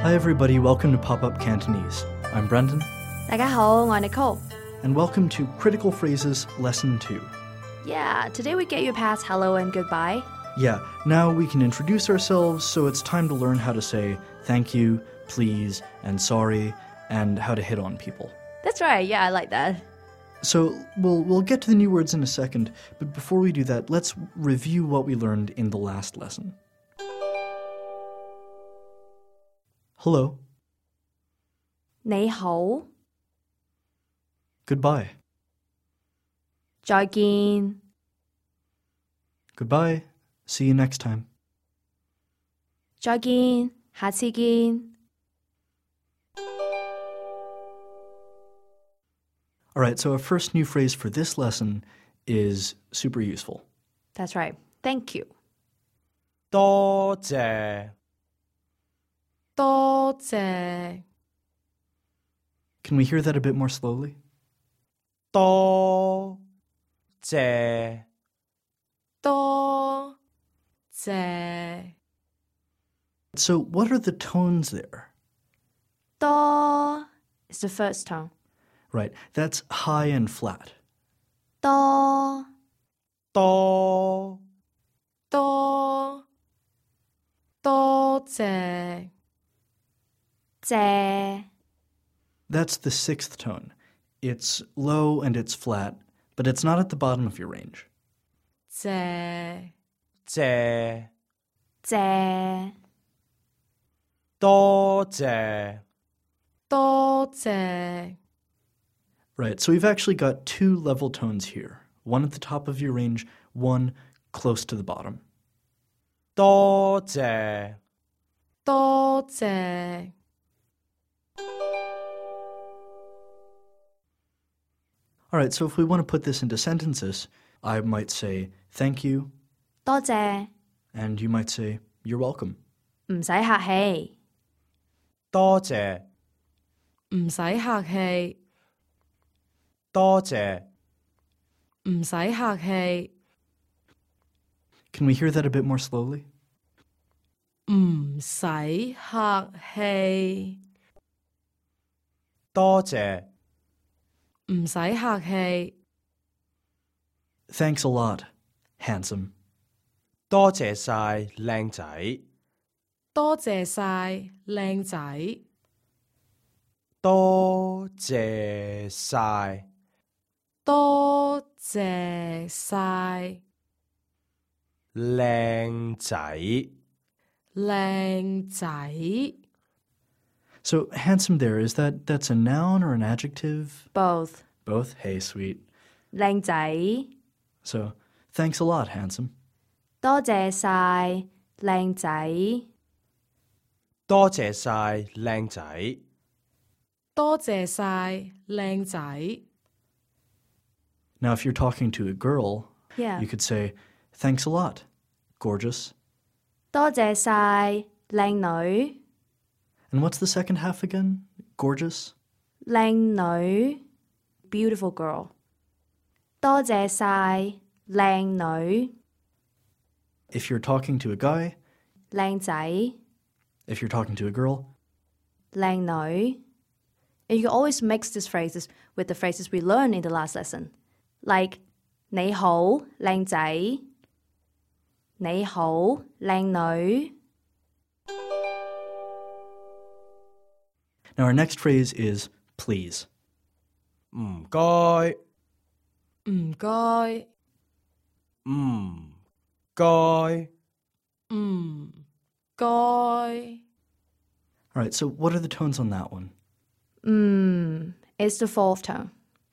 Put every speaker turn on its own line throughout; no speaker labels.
Hi, everybody. Welcome to Pop Up Cantonese. I'm Brendan,
大家好，我係 Nicole。
and welcome to Critical Phrases Lesson 2.
Yeah, today we get you past hello and goodbye.
Yeah, now we can introduce ourselves, so it's time to learn how to say thank you, please, and sorry, and how to hit on people.
That's right. Yeah, I like that.
So we'll we'll get to the new words in a second, but before we do that, let's review what we learned in the last lesson. Hello,
你好，
goodbye,
再見，
goodbye. See you next time.
再見，下次見。
All right, so our first new phrase for this lesson is super useful.
That's right. Thank you.
多謝
多謝，
Can we hear that a bit more slowly?
多謝
多謝，
So, what are the tones there?
多 is the first tone.
Right, that's high and flat.
多
多
多多謝，謝
That's the sixth tone. It's low and it's flat, but it's not at the bottom of your range.
謝
謝
謝
多謝
多謝。
Right, so we've actually got two level tones here one at the top of your range, one close to the bottom.
多謝
多謝，
All right, so if we want to put this into sentences, I might say thank you,
多謝，
and you might say you're welcome.
唔使客氣，
多謝
唔使客氣，
多謝
唔使客氣，
Can we hear that a bit more slowly?
唔使客氣，
多謝
唔使客氣，
Thanks a lot, handsome.
多謝晒靚仔
多謝晒，靚仔，
多謝晒
多謝晒，
靚仔
靚仔。
So handsome there is that that's a noun or an adjective?
Both，
Both. Hey, sweet.
靚仔，
So thanks a lot, handsome.
多謝晒，靚仔，
多謝晒靚仔
多謝晒，靚仔。
Now if you're talking to a girl,
Yeah.
you could say thanks a lot, gorgeous.
多謝晒，靚女，
And what's the second half again? Gorgeous.
靚女，beautiful girl。多謝晒，靚女，
If you're talking to a guy,
靚仔，
if you're talking to a girl,
靚女。And you can always mix these phrases with the phrases we learned in the last lesson, like 你好，靚仔，你好，靚女。
now our next phrase is please.
唔該
唔該，
唔該
唔該。
All right, so what are the tones on that one?
嗯，it's the fourth tone.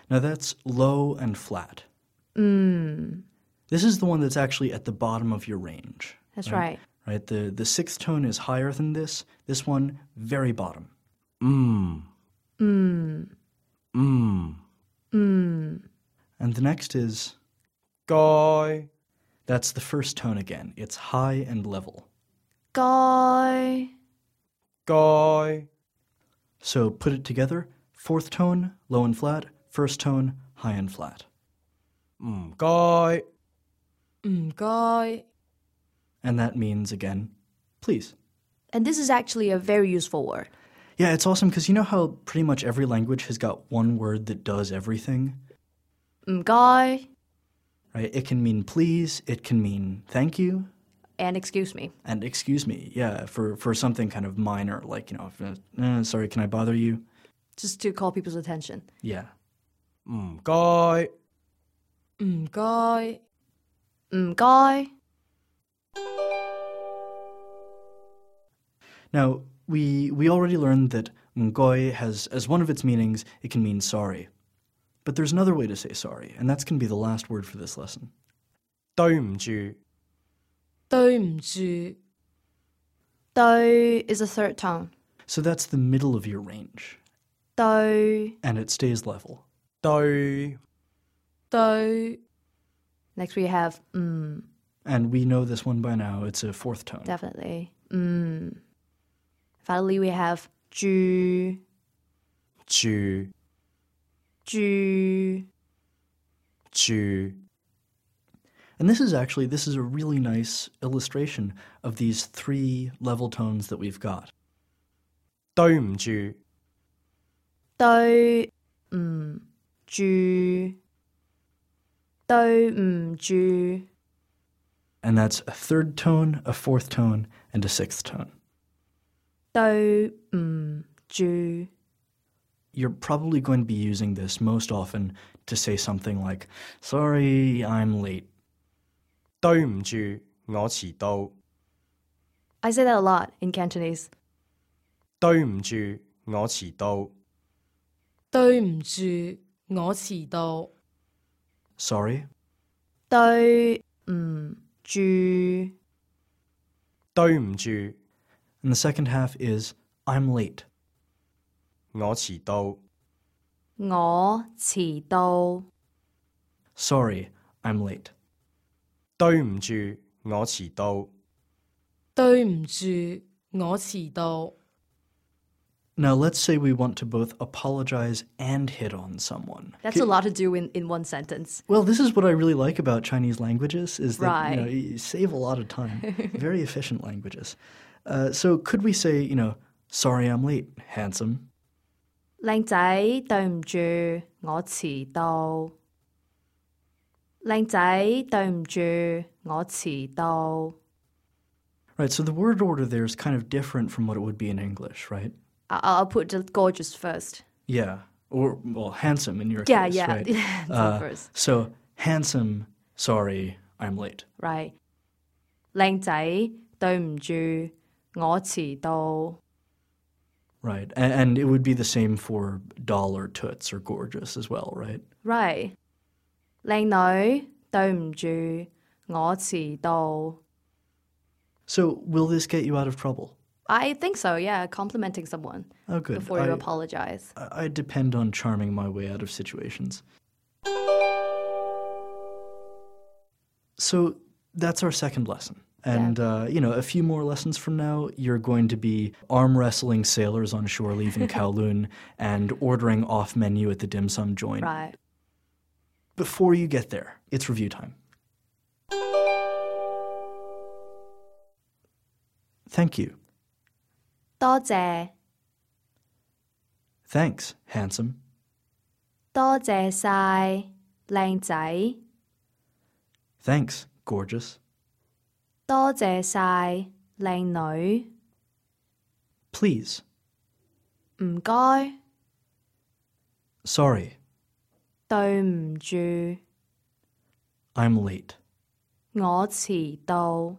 Now that's low and flat.
Mm,
This is the one that's actually at the bottom of your range,
that's right.
right? The the sixth tone is higher than this. This one very bottom. Mm.
嗯
嗯
嗯。
嗯
And the next is
該
that's the first tone again. It's high and level.
該
該
So put it together. Fourth tone, low and flat. First tone, high and flat.
唔該
唔該，
And that means again, please.
And this is actually a very useful word.
Yeah, it's awesome because you know how pretty much every language has got one word that does everything,
Mgai
right? It can mean please, it can mean thank you,
and excuse me.
and excuse me, yeah, for, for something kind of minor, like, you know, if, uh, eh, sorry, can I bother you?
Just to call people's attention.
Yeah.
唔該，
Mgai. Mgai.
Now, we, we already learned that ngoi has, as one of its meanings, it can mean sorry. But there's another way to say sorry, and that's going to be the last word for this lesson.
對唔住，
對唔住. Do is a third tone.
So that's the middle of your range,
Do.
and it stays level.
對
Do. Next we have mm,
And we know this one by now, it's a fourth tone.
definitely. Mm. Finally we have 住.
住
住.
住，
And this is actually this is a really nice illustration of these three level tones that we've got.
對唔住，
對唔住，對唔住，
And that's a third tone, a fourth tone, and a sixth tone.
對唔住，
You're probably going to be using this most often to say something like, "Sorry, I'm late."
對唔住，我遲到。
I say that a lot in Cantonese。
對唔住，我遲到。
對唔住，我遲到。
Sorry.
對唔住，
對唔住，
And the second half is I'm late.
我遲到。
我遲到。
Sorry, I'm late.
對唔住，我遲到。
對唔住，我遲到。
Now let's say we want to both apologize and hit on someone.
That's a lot to do in in one sentence。
Well, this is what I really like about Chinese languages is that
Right.
you, know, you save a lot of time. Very efficient languages. Uh, so could we say, you know, sorry I'm late, handsome?
靚仔，對唔住，我遲到。靚仔，對唔住，我遲到。
Right, so the word order there is kind of different from what it would be in English, right?
I- I'll put the gorgeous first。
Yeah. Or well, handsome in your
Yeah,
case,
yeah.
right?
It's all
Uh,
first.
So handsome, sorry, I'm late.
right？靚仔，對唔住，我遲到。
Right. And, and it would be the same for dollar toots or gorgeous as well, right?
Right？靚女，對唔住，我遲到。
So will this get you out of trouble?
I think so. Yeah, complimenting someone
Oh good.
before
I-
you apologize.
I I depend on charming my way out of situations. So that's our second lesson. And, uh, you know, a few more lessons from now, you're going to be arm wrestling sailors on shore leave in Kowloon and ordering off menu at the dim sum joint.
Right?
Before you get there, it's review time. Thank you.
多謝，
Thanks, handsome.
多謝晒，靚仔，
Thanks, gorgeous.
多謝晒，靚女，
Please.
唔該，
Sorry,
對唔住，
I'm late.
我遲到。